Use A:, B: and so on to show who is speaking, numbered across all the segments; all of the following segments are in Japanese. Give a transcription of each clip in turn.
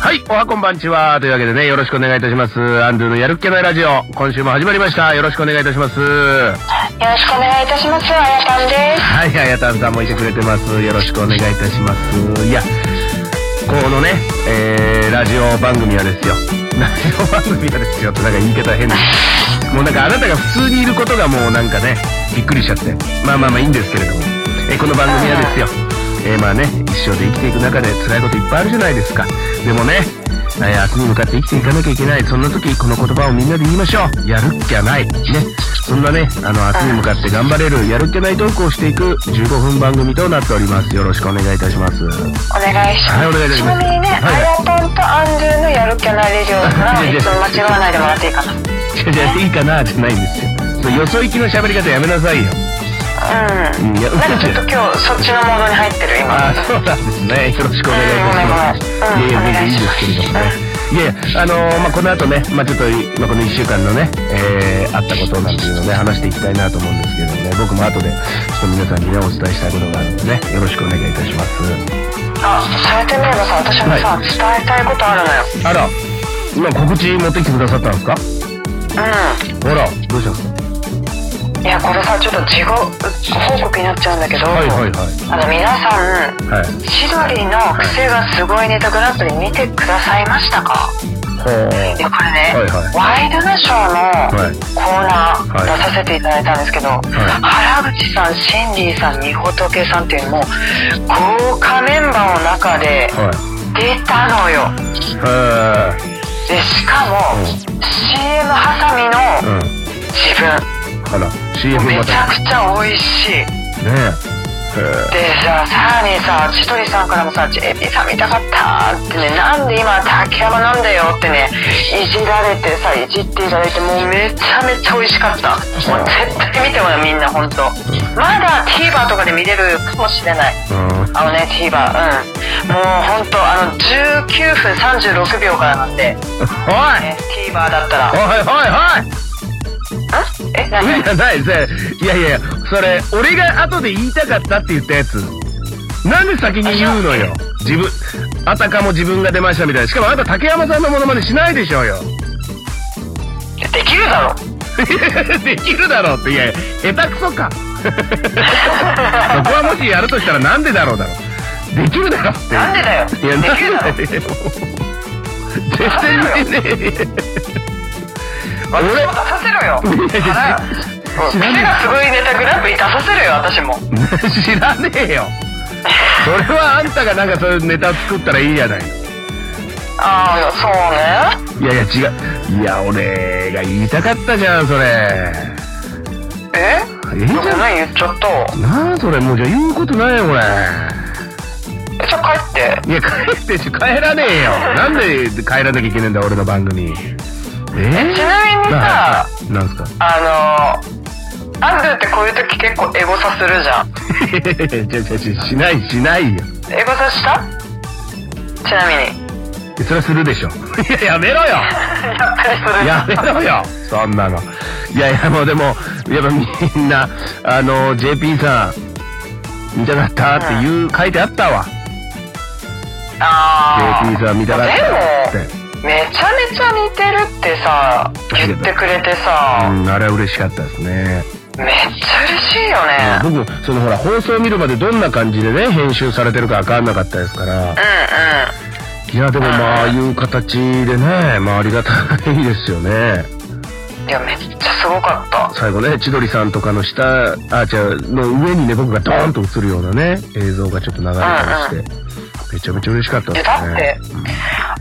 A: はい、おはこんばんちは。というわけでね、よろしくお願いいたします。アンドゥのやるっけないラジオ、今週も始まりました。よろしくお願いいたします。は
B: よろしくお願いいたします。あやたんです。
A: い、あやたんさんもいてくれてます。よろしくお願いいたします。いや、このね、えー、ラジオ番組はですよ。 ラジオ番組はですよってなんか言い方変です。もうなんかあなたが普通にいることがもうなんかね、びっくりしちゃって。まあまあまあいいんですけれども。えーこの番組はですよ。えー、まあね、一生で生きていく中で辛いこといっぱいあるじゃないですか。でもね、えー明日に向かって生きていかなきゃいけない。そんな時、この言葉をみんなで言いましょう。やるっきゃない。ね。そんなね、あの、明日に向かって頑張れる、やるっきゃないトークをしていく15分番組となっております。よろしくお願いいたします。
B: お願いします。
A: はいお願いし
B: ち
A: ま
B: な
A: す
B: みにね、
A: はい
B: あやたんとアンドゥのやる気ないレジオから
A: いやいや
B: いつも間違わないでもらっていいかな。うん。
A: じゃじゃいいかなじゃないんですよ。そうよそ行きの喋り方やめなさいよ。いや
B: なんかちょっと今日そっちのモードに入ってる 今。
A: ああ、そうなんですね。よろしくお願いいたします。
B: うん
A: いやいや、
B: お願
A: 全然い
B: い
A: いん
B: し
A: で
B: ます
A: すけれどもね。いやいや、あのーまあ、この後ね、まあ、ちょっと、まあ、この1週間のね、えー、あったことなんていうのをね、話していきたいなと思うんですけれどもね、僕も後で、ちょっと皆さんにね、お伝えしたいことがあるのでね、よろしくお願いいたします。
B: あ、されてみればさ、私もさ、
A: は
B: 伝えたいことあるのよ。
A: あら、今告知持ってきてくださったんですかあら、どうしたんです
B: うん。いや、これさ、ちょっと事後報告になっちゃうんだけど、
A: かはいはい
B: あの、皆さん、
A: はい。はい。
B: 千鳥の癖がすごいネタグランプリ見てくださいましたか
A: ほ
B: いやこれね、
A: はいはい
B: ワイドナショー
A: はい
B: のコーナー
A: はい
B: 出させていただいたんですけど、原口さん、シンディさん、みほとけさんっていうもう豪華メンバーの中で
A: ー。はい。
B: 出たのよ
A: は
B: でしかも、CM ハサミ
A: い。
B: の
A: うん。
B: 自分、
A: あら、CM
B: め
A: ま
B: ちゃ
A: た。
B: くちゃ美味しい
A: ねえ。へ
B: でささらにさ千鳥さんからもさ「ジェビーさん見たかった」ってね「なんで今竹山なんだよ」ってねいじられてさいじっていただいてもうめちゃめちゃ美味しかったもう絶対見てもらうみんな本当まだ TVer とかで見れるかもしれない
A: え。うん。
B: あのね TVer うんもう本当あの19分36秒からなんで、
A: おい
B: ね、TVer だったら
A: おい
B: ん
A: お
B: え何
A: いおい無理じゃないぜいやいやいやそれ俺が後で言いたかったって言ったやつなんで先に言うのよ自分あたかも自分が出ましたみたいなしかもあなた竹山さんのものまねしないでしょうよ
B: できるだろ
A: できるだろうっていやいや下手くそか そこはもしやるとしたらなんでだろうだろうできるだろうって
B: なんでだよ
A: いや、
B: できるだろ
A: なんでだよ。 全然ね知らねえ
B: 私も出 させろよ腹癖がすごいネタグランプリ出させるよ私も
A: 知らねえよそれはあんたがなんかそういうネタ作ったらいいじゃない
B: ああそうね
A: いやいや違ういや俺が言いたかったじゃんそれ
B: え
A: いいじ
B: そん
A: ゃ
B: なん言っちゃった
A: んなあそれもうじゃあ言うことないよこれ
B: えじゃあ帰って
A: いや帰ってし帰らねえよなんで帰らなきゃいけねえんだ俺の番組え
B: ちなみに
A: な
B: さ
A: なんすか
B: あのー、アンドゥってこういう時結構エゴサするじゃん
A: いやいやいやいやしないしないよ
B: エゴサしたちなみに
A: それはするでしょいややめ ろよ
B: やっぱりする
A: やめろよ、そんなの。いやいや、もうでも、やっぱみんな、あの、JP さん、見たかったっていう、書いてあったわ。
B: あー
A: JP さん見たかったって。
B: めちゃめちゃ似てるってさ言ってくれて
A: う
B: さ、
A: ん、あれは嬉しかったですね。
B: めっちゃ嬉しいよね、
A: 僕、そのほら、放送見るまでどんな感じでね、編集されてるかわかんなかったですから。
B: う
A: いや、でもまあ、ああいう形でね、まあありがたいですよね。
B: んうんいやめっちゃすごかった
A: 最後ね、千鳥さんとかの下、あ、違う、の上にね、僕がドーンと映るようなね、映像がちょっと流れたりして、めちゃめちゃ嬉しかった
B: い
A: で
B: や
A: す
B: だっ
A: ね
B: て。、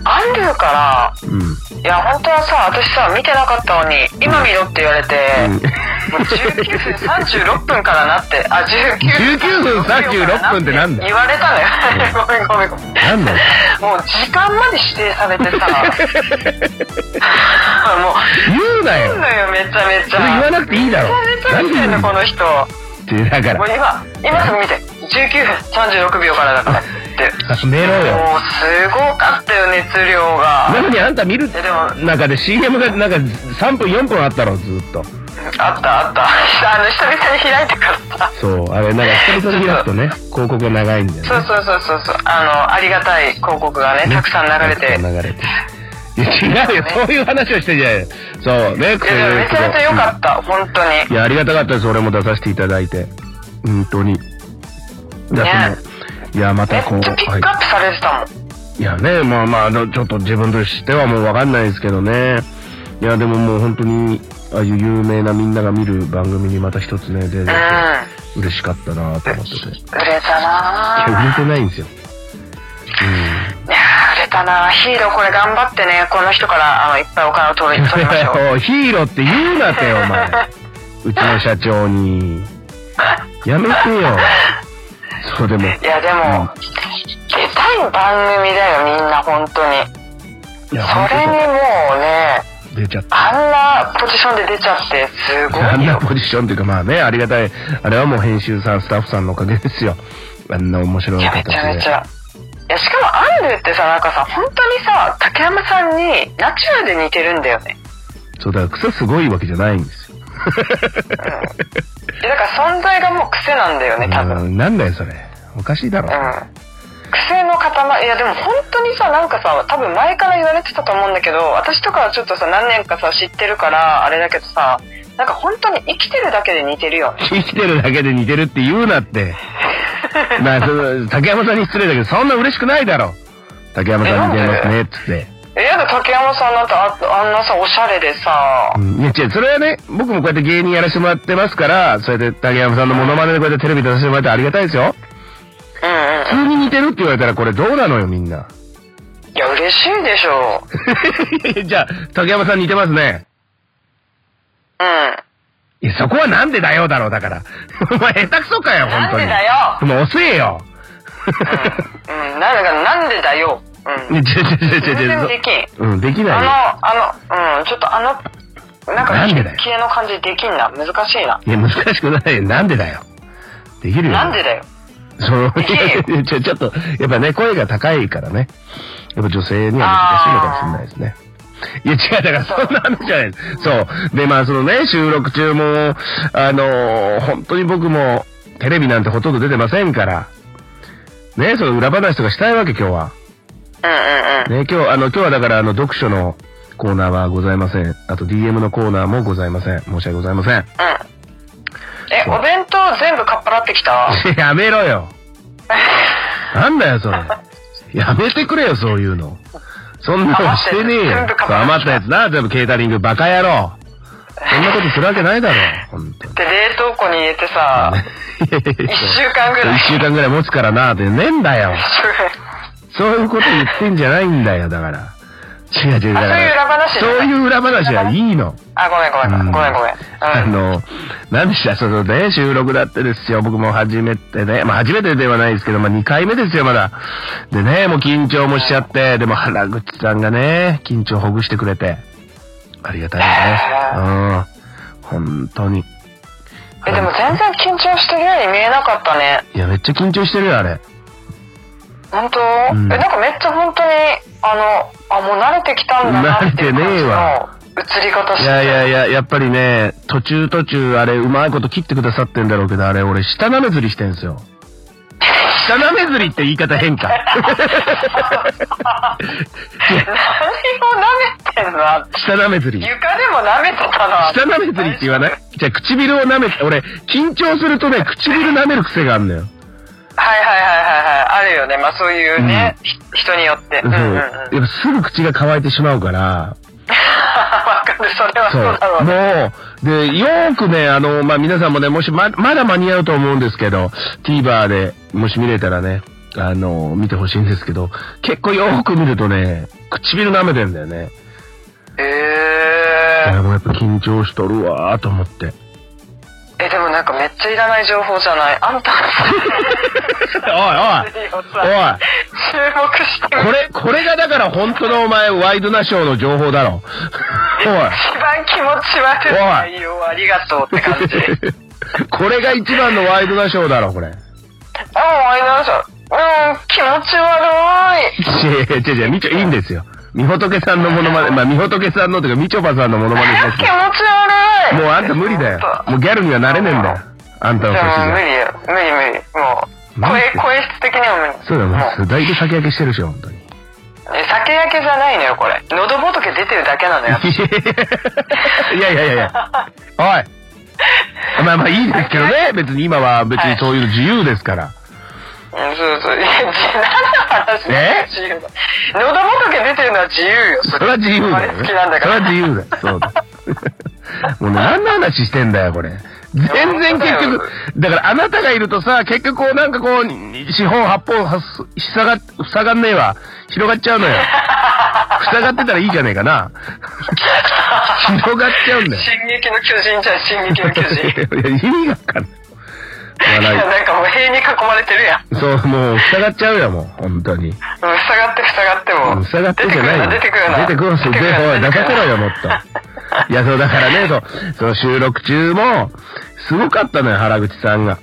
B: アンドゥから
A: うん。うん
B: いや、本当はさ、私さ、見てなかったのに、今見ろって言われて、
A: うん
B: もう19分36分からなって、あ、19
A: 19分36分ってなんだ
B: 言われたのよ。 ごめんごめんごめん。
A: なんだよ。
B: もう時間まで指定されてさ、 もう、
A: 言うない
B: い
A: よ。
B: のよ、めちゃめち
A: それ言
B: ゃ。
A: わなくていいだろ
B: めちゃめちゃ見てんの、この人。
A: って、だか
B: もう
A: ら、
B: 今、今すぐ見て、19分36秒からだからって。
A: 寝ろよ。
B: もうすごかったよね熱量が
A: なのにあんた見る
B: えでも
A: 中で CM がなんか3分4分あったろずっと
B: あったあったあの久々に開いてからさ
A: そうあれなんか久々に開くとね広告が長いんだよね
B: そうそうそうそうそうあのありがたい広告がねたくさん流れて
A: たくさん流れていや違うよ、
B: ね
A: そういう話をしてんじゃないよそうレック
B: いやでもめちゃめちゃ良かった本当に
A: いやありがたかったです俺も出させていただいて本当にいや
B: ね
A: そのいやま
B: め
A: たこう
B: っちゃピ
A: は
B: ックアップされてたもん、
A: い、いやねまあまああのちょっと自分としてはもうわかんないですけどねいやでももう本当にああいう有名なみんなが見る番組にまた一つね出れて嬉しかったなと思っててい
B: うん売れたなぁ
A: や売れてないんですよ
B: いやー売れたなぁヒーローこれ頑張ってねこの人からあのいっぱいお金を取り取りましょ う
A: ヒーローって言うなってお前 うちの社長にやめてよそうでも
B: いやでも、出たい番組だよみんな本当に
A: いや
B: それにもうね
A: 当出ちゃった
B: あんなポジションで出ちゃってすご
A: あん
B: い
A: な
B: よ
A: ポジションというかまあねありがたいあれはもう編集さんスタッフさんのおかげですよあんな面白
B: い
A: い
B: や
A: 形
B: め
A: で
B: ちゃめちゃいやしかもアンドゥってさなんかさ本当にさ竹山さんにナチュラルで似てるんだよね
A: そうだから癖すごいわけじゃないんですよ
B: いやだから存在がもう癖なんだよね多 分
A: うんなんだよそれおかしいだろ
B: うん癖の塊いやでも本当にさなんかさ多分前から言われてたと思うんだけど私とかはちょっとさ何年かさ知ってるからあれだけどさなんか本当に生きてるだけで似てるよね
A: 生きてるだけで似てるって言うな って。まあ、その竹山さんに失礼だけど、そんな嬉しくないだろ。竹山さん似てますね、つって。
B: えやだ竹山さんなんてああんなさおしゃれでさ
A: うん、いや、違う、それはね、僕もこうやって芸人やらせてもらってますから、そうやって竹山さんのモノマネでこうやってテレビ出させてもらってありがたいですよ。
B: うんうん
A: 普通に似てるって言われたらこれどうなのよ、みんな。
B: いや嬉しいでしょ
A: じゃあ、竹山さん似てますね。
B: うん
A: いや、そこはなんでだよだろう、だから。 お前下手くそかよ、
B: な
A: 本
B: ん
A: 当
B: で
A: に。
B: だよ
A: もう遅えよ。
B: うん、うん、なんだかなんでだよう
A: いや
B: ん
A: 違う違う違う
B: 全
A: 違
B: 然
A: う
B: できん
A: うん、できないよ。
B: あのあのうんちょっとあのなんか
A: なんでだよ
B: キレの感じできんな難しいない
A: や、難しくないよ。なんでだよ。できるよ。
B: なんでだよ
A: その、
B: できる
A: ちょ、ち ょっと、やっぱね、声が高いからね。やっぱ女性には難しいのかもしれないですね。いや、違う、だからそんな話じゃないです。そう。で、まあ、そのね、収録中も、あのー本当に僕も、テレビなんてほとんど出てませんから、ね、その裏話とかしたいわけ、今日は。
B: うんうんうん
A: ね、今日、あの、今日はだから、あの、読書のコーナーはございません。あと、DM のコーナーもございません。申し訳ございません。
B: うん。え、お弁当全部かっぱらってきた
A: やめろ よ。なんだよ、それ。やめてくれよ、そういうの。そんなのしてねえよ。
B: 余ったや
A: そう余
B: つ全部
A: ったやつな、全部ケータリング、バカ野郎。そんなことするわけないだろ、本当に。
B: で、冷凍庫に入れてさ、一週間ぐら い
A: 一。週間ぐらい持つからな、ってねえんだよ。そういうこと言ってんじゃないんだよ、だから。違う違う、だから。
B: あそういう裏話じゃない
A: そういう裏話はいいの。
B: あ、ごめんごめ
A: うん
B: ん。ごめんごめん。
A: あ
B: うん。
A: の、何でした、そのね、収録だってですよ。僕も初めてね、まあ初めてではないですけど、まあ2回目ですよ、まだ。でね、もう緊張もしちゃって、でも原口さんがね、緊張ほぐしてくれて、ありがたいね。うん。本当に。
B: え、でも全然緊張してるように見えなかったね。
A: いや、めっちゃ緊張してるよ、あれ。
B: 本当、
A: うん
B: え、なんかめっちゃ本当に、あの、あ、もう慣れてきたんだなっていう
A: 慣れてねえわ
B: 感じの映り方して。
A: いやいやいや、やっぱりね、途中途中、あれ、うまいこと切ってくださってんだろうけど、あれ、俺、下なめずりしてんすよ。下なめずりって言い方変か。
B: 何を舐めてんのあ
A: 下なめずり。
B: 床でも舐めてたな。
A: 下舐めずりって言わないじゃあ唇を舐めて、俺、緊張するとね、 唇舐める癖があるのよ。
B: はいはいはいはいはい。あるよね。まあそういうね、
A: う
B: ひ人によって。う
A: そ
B: ん
A: う。
B: うんうん。
A: やっぱすぐ口が乾いてしまうから、
B: わかる、それは
A: そ。
B: そううだろうね。
A: もう、で、よーくね、あの、まあ、皆さんもね、もしま、まだ間に合うと思うんですけど、TVer で、もし見れたらね、あの、見てほしいんですけど、結構よーく見るとね、唇舐めてんだよね。い
B: え
A: や、もうやっぱ緊張しとるわーと思 って。
B: ー、え、でもなんかめっちゃいらない情報じゃない。あんたの
A: おいおい
B: を
A: お
B: さ、
A: い
B: 注目して
A: こ
B: み
A: れ、これがだから本当のお前、ワイドナショーの情報だろ。
B: 一番気持ち悪い内容をありがとうって感じ。
A: おい。これが一番のワイドナショーだろ、これ。
B: あ、もう終わりました。うん、気持ち悪い。
A: 違う違う違う、みちょ、いいんですよ。みほとけさんのモノマネ、まあ、みほとけさんのというか、みちょぱさんのモノマネします
B: 気持ち悪い。
A: もうあんた無理だよ
B: 本。当
A: もうギャルにはなれねえんだよ。あんたの
B: じ
A: 年
B: ゃあもう無
A: じゃ。
B: 理よ。無理無理。もう、
A: なん
B: 声
A: で、
B: 声質的には無理。
A: そうだよ、も
B: もう
A: う、だいぶ先焼けしてるでしょ、本当に。
B: え酒焼けじゃないのよ、これ。喉仏出てるだけなのよ。
A: いやいやいやいや。おい。まあまあいいですけどね。別に今は別にそういうの自由ですから。
B: うんそうそう。いや、何の話
A: え
B: 自由だ。喉仏出てるのは自由よ。
A: それは自由だよ、
B: 生まれ
A: ね。
B: つ
A: そ
B: き
A: れ
B: なんだか
A: は
B: ら。
A: 自由だよ。そうだ。もうね何の話してんだよ、これ。全然結局、だからあなたがいるとさ、結局こうなんかこう、四方八方はす、塞が、塞がんねえわ。広がっちゃうの よ。塞がってたらいいじゃねえかな。広がっちゃうんだよ。
B: 進撃の巨人じゃん、進撃の巨 人。
A: いや、意味がわかんない。
B: いや
A: 笑
B: なんかもう塀に囲まれてるやん。
A: い。そう、もう、塞がっちゃうよ、もう、本当に。
B: うん塞がって塞がっても。
A: 塞がってんじゃないよ。
B: 出てくるな。
A: 出てくる
B: 出てくる
A: おい、
B: な
A: 出させろよ、もっ と。いや、そう、だからね、そう、その収録中も、すごかったのよ、原口さんが。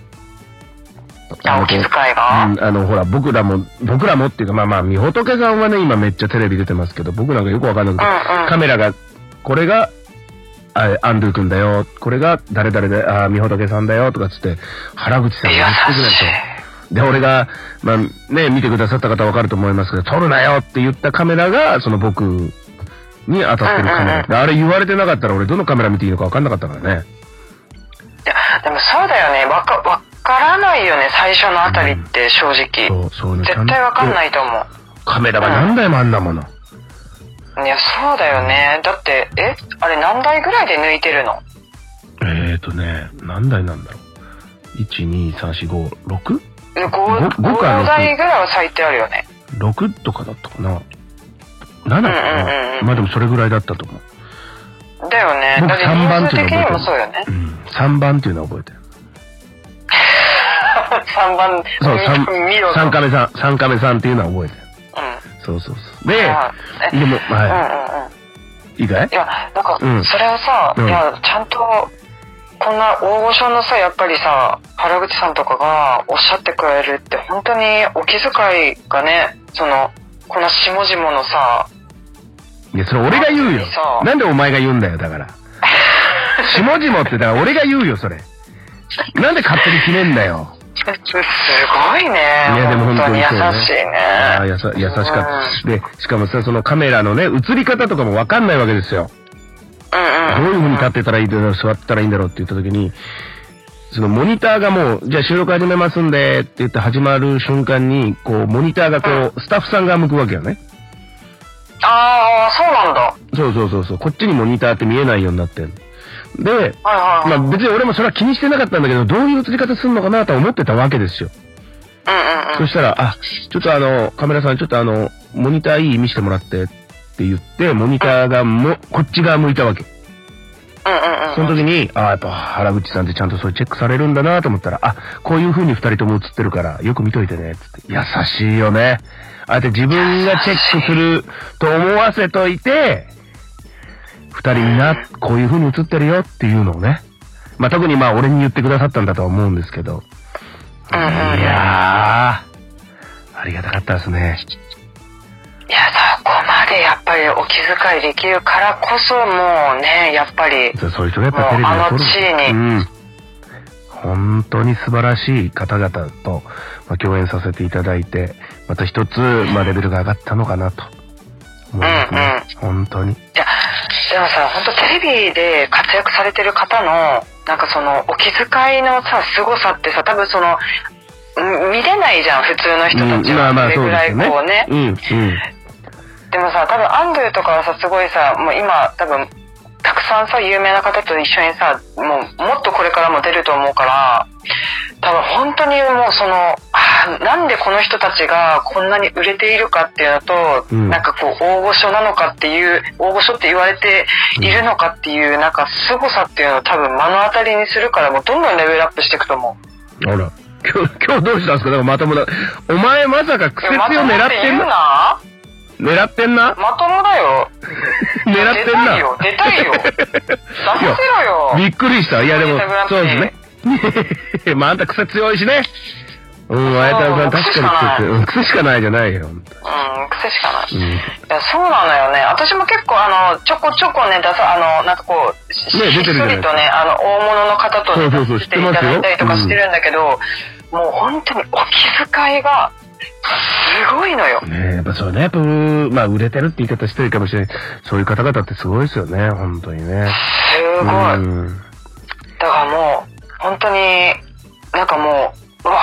B: あお気遣いが
A: うん、あの、ほら、僕らも、僕らもっていうか、まあまあ、みほとけさんはね、今めっちゃテレビ出てますけど、僕なんかよくわかんなくて、
B: うんうん
A: カメラが、これが、あアンドゥ君だよ、これが誰々で、あ、みほとけさんだよ、とかつって、原口さんが言ってくれ
B: 優しい
A: と。で、俺が、まあ、ね、見てくださった方わかると思いますけど、撮るなよって言ったカメラが、その僕に当たってるカメ
B: うんうん
A: ラ。
B: うん
A: であれ言われてなかったら俺どのカメラ見ていいのかわかんなかったからね。
B: いや、でもそうだよね。わか、わからないよね、最初のあたりって正直。
A: そう、そうね。。
B: 絶対わかんないいと思
A: カメラが何台もあんなもの。
B: う。いや、そうだよね。だって、えあれ何台ぐらいで抜いてるの
A: えーとね、何台なんだろう。1、2、3、4、5、6?
B: 5
A: ごごか六
B: 台ぐらいは最低あるよね。
A: 6とかだったかな。7かな、
B: うんうんうんうん
A: まあでもそれぐらいだったと思う。
B: だよね。
A: 僕
B: だって
A: 3番
B: 人
A: って
B: 数
A: いうの覚えて
B: 的に
A: る
B: もそうよね。
A: うん。3番っていうのは覚えてる。
B: 3番、
A: そう、三
B: 見ろと。
A: 三カメさん、三カメさんっていうのは覚えてる。
B: う
A: そうそうそう。で、
B: ん。はいえ
A: でも、
B: うんうん
A: は
B: うん。
A: い。いいかい
B: いや、なんか
A: うん、
B: それをさ、
A: うん
B: いや、ちゃんと、こんな大御所のさ、やっぱりさ、原口さんとかがおっしゃってくれるって、本当にお気遣いがね、その、この下々 のさ、
A: いや、それ俺が言うよ
B: そ。う
A: なんでお前が言うんだよ、だ から。下々って、だから俺が言うよ、それ。なんで勝手に決めんだよ。
B: すごいね。
A: いや、でも本当に
B: 優
A: そう、ね。
B: しいね。
A: ああ、やさ、優しかった。で、しかもさ、そのカメラのね、映り方とかもわかんないわけですよ。
B: うん
A: どう
B: う
A: い
B: ん。
A: う風に立ってたらいいんだろう、座ってたらいいんだろうって言った時に、そのモニターがもう、じゃあ収録始めますんで、って言って始まる瞬間に、こう、モニターがこう、スタッフさんが向くわけよね。
B: ああ、そうなんだ。
A: そうそうそうそう。こっちにモニターって見えないようになってる。で、
B: はいはい
A: ま
B: はい。
A: あ別に俺もそれは気にしてなかったんだけど、どういう映り方するのかなとは思ってたわけですよ。
B: うんうんう
A: そ
B: ん。
A: したら、あ、ちょっとあの、カメラさん、ちょっとあの、モニターいい見してもらってって言って、モニターがも、こっち側向いたわけ。
B: うんうんうん。
A: その時に、あやっぱ原口さんってちゃんとそういうチェックされるんだなと思ったら、あ、こういう風に二人とも映ってるから、よく見といてね、つって。優しいよね。あえて自分がチェックすると思わせといて、二人にな、こういう風に映ってるよっていうのをね。まあ、特にまあ、俺に言ってくださったんだとは思うんですけど。
B: うんうんうん
A: いやー、ありがたかったですね。
B: いや、そこまでやっぱりお気遣いできるからこそ、もうね、やっぱり。
A: そうそういう人がやっぱテレビで
B: もうあの地位に
A: うん。本当に素晴らしい方々と、まあ、共演させていただいて、また一つ、まあ、レベルが上がったのかなと。思いますね。本当に。
B: いや、でもさ、本当テレビで活躍されてる方の、なんかその、お気遣いのさ、凄さってさ、多分その、ん見れないじゃん、普通の人たち
A: うんま
B: は。
A: あまあ
B: そ
A: そうで
B: れぐら
A: す
B: い
A: よね
B: こうね。
A: うん、うん。
B: でもさ、多分アンドゥとかはさ、すごいさ、もう今、多分、たくさんさ、有名な方と一緒にさ、もう、もっとこれからも出ると思うから、多分本当にもうその、あーなんでこの人たちがこんなに売れているかっていうのと、
A: うん
B: なんかこう、大御所なのかっていう、大御所って言われているのかっていう、なんか凄さっていうのを多分目の当たりにするから、もうどんどんレベルアップしていくと思う。
A: あら。今日、今日どうしたんですかなんかまともだ。お前まさか苦節を狙
B: まとも
A: っ
B: って
A: て
B: 言
A: ん
B: う
A: な。
B: な
A: 狙ってんな
B: まともだよ。
A: 狙ってんな。
B: 出た いよ。出たいよ。騙せろよ。
A: びっくりした。いやでも
B: インスタグラ、ム
A: そうですね。まああんた癖強いしね。うん、あやたらさん確かに
B: そう
A: 靴、うん、靴しかないじゃないよ。本
B: うん、癖しかない。
A: 当にうん。ね、
B: いや、そうなのよね。私も結構、あの、ちょこちょこね、出さ、あの、なんかこう、し
A: ね出てるじゃない
B: っそりとね、あの、大物の方と
A: そう
B: ね
A: そうそう
B: 出ていただいたりとか
A: 知
B: し
A: っててますよ
B: るんだけど、もう本当にお気遣いが、すごいのよ。
A: ねやっぱそうね、やっぱ、うんまあ、売れてるって言い方してるかもしれない。そういう方々ってすごいですよね、本当にね。
B: すごい。
A: うん。
B: だからもう、本当に、なんかもう、うわ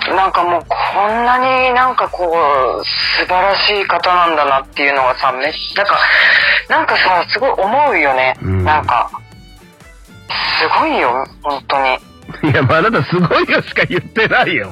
B: ー、なんかもう、こんなになんかこう、素晴らしい方なんだなっていうのがさ、めっなんか、なんかさ、すごい思うよね。
A: うん
B: なんか、すごいよ、本当に。
A: いや、まあ、あなたすごいよしか言ってないよ。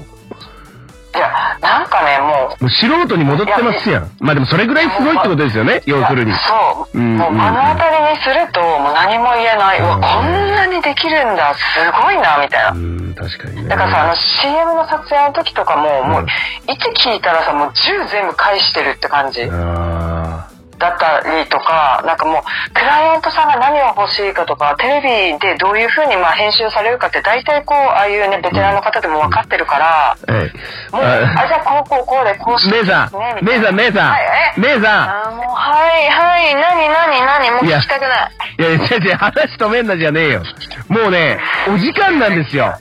B: いや、なんかね、もう、
A: もう素人に戻ってますやん。まあでもそれぐらいすごいってことですよね、要するに
B: いや。そう、
A: うん
B: もう
A: うん
B: 目の当たりにすると、もう何も言えない。うわ、
A: うん
B: こんなにできるんだ、すごいな、みたいな
A: う。ん、確かにね。
B: だからさ、あの CM の撮影の時とかも、も
A: う、
B: うんいつ聞いたらさ、もう10全部返してるって感じ
A: あ
B: だったりとか、なんかもう、クライアントさんが何を欲しいかとか、テレビでどういう風にまあ編集されるかって、大体こう、ああいうね、ベテランの方でも分かってるから、
A: ーはい。
B: もう、
A: あ
B: あ、じゃあこうこうこうで、こうして、
A: 姉さん、姉さん、姉さ
B: はいえ
A: ん、姉さ
B: あーもう、はい、はい、何、何、何、もう聞きたくない。
A: ん。いや、先生、話止めんなじゃねえよ。もうね、お時間なんですよ。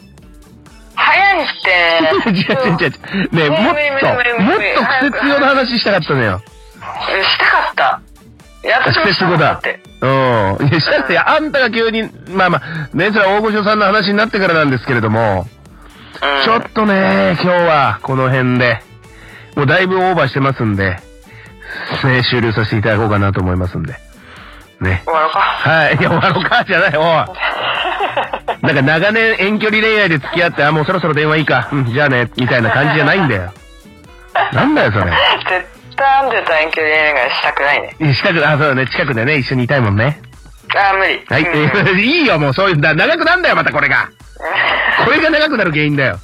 B: 早いっ
A: 違う
B: て。
A: 違う違う。ねえ
B: 無理
A: もっ
B: 無理無
A: と、
B: 理無
A: もっ
B: 理無理
A: とクセ強な話したかったのよ。
B: うんしたかった。いや、
A: ク
B: 私も
A: セ
B: した
A: 強
B: かった
A: だ
B: って。。
A: うん。いや、したって、いやあんたが急に、まあまあ、ね、それは大御所さんの話になってからなんですけれども、
B: うん
A: ちょっとね、今日はこの辺で、もうだいぶオーバーしてますんで、ね、終了させていただこうかなと思いますんで。ね。
B: 終わろうか。
A: はい、いや、終わろうか、じゃ ない、おい。なんか長年遠距離恋愛で付き合って、あ、もうそろそろ電話いいか、うん、じゃあね、みたいな感じじゃないんだよ。なんだよ、それ。
B: 絶対アンデタ遠距離恋愛したくないね。
A: 近く、あ、そうだね、近くでね、一緒にいたいもんね。
B: あー無理。
A: はい、
B: う ん
A: いいよ、もうそういう、だ長くなんだよ、またこれが。これが長くなる原因だよ。
B: はい、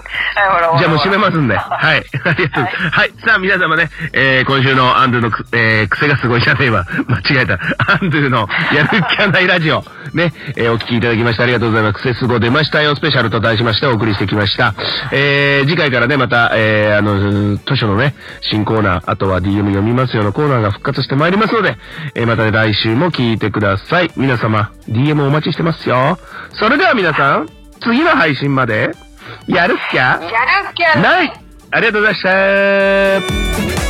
B: ほらほら
A: じゃあもう閉めますんで。
B: は
A: はい。ありがとうございます。はい。さあ皆様ね、えー、今週のアンドゥのく、えー、癖がすごいじゃねえわ。 間違えた。アンドゥのやる気がないラジオ。 ね、えー、お聞きいただきましてありがとうございます。癖すご出ましたよスペシャルと題しましてお送りしてきました。えー、次回からね、また、えー、あの、図書のね、新コーナー、あとは DM 読みますよのコーナーが復活してまいりますので、えー、またね来週も聞いてください。皆様、DM お待ちしてますよ。それでは皆さん、次の配信まで、やるっきゃ
B: やる気ある
A: er ないありがとうございました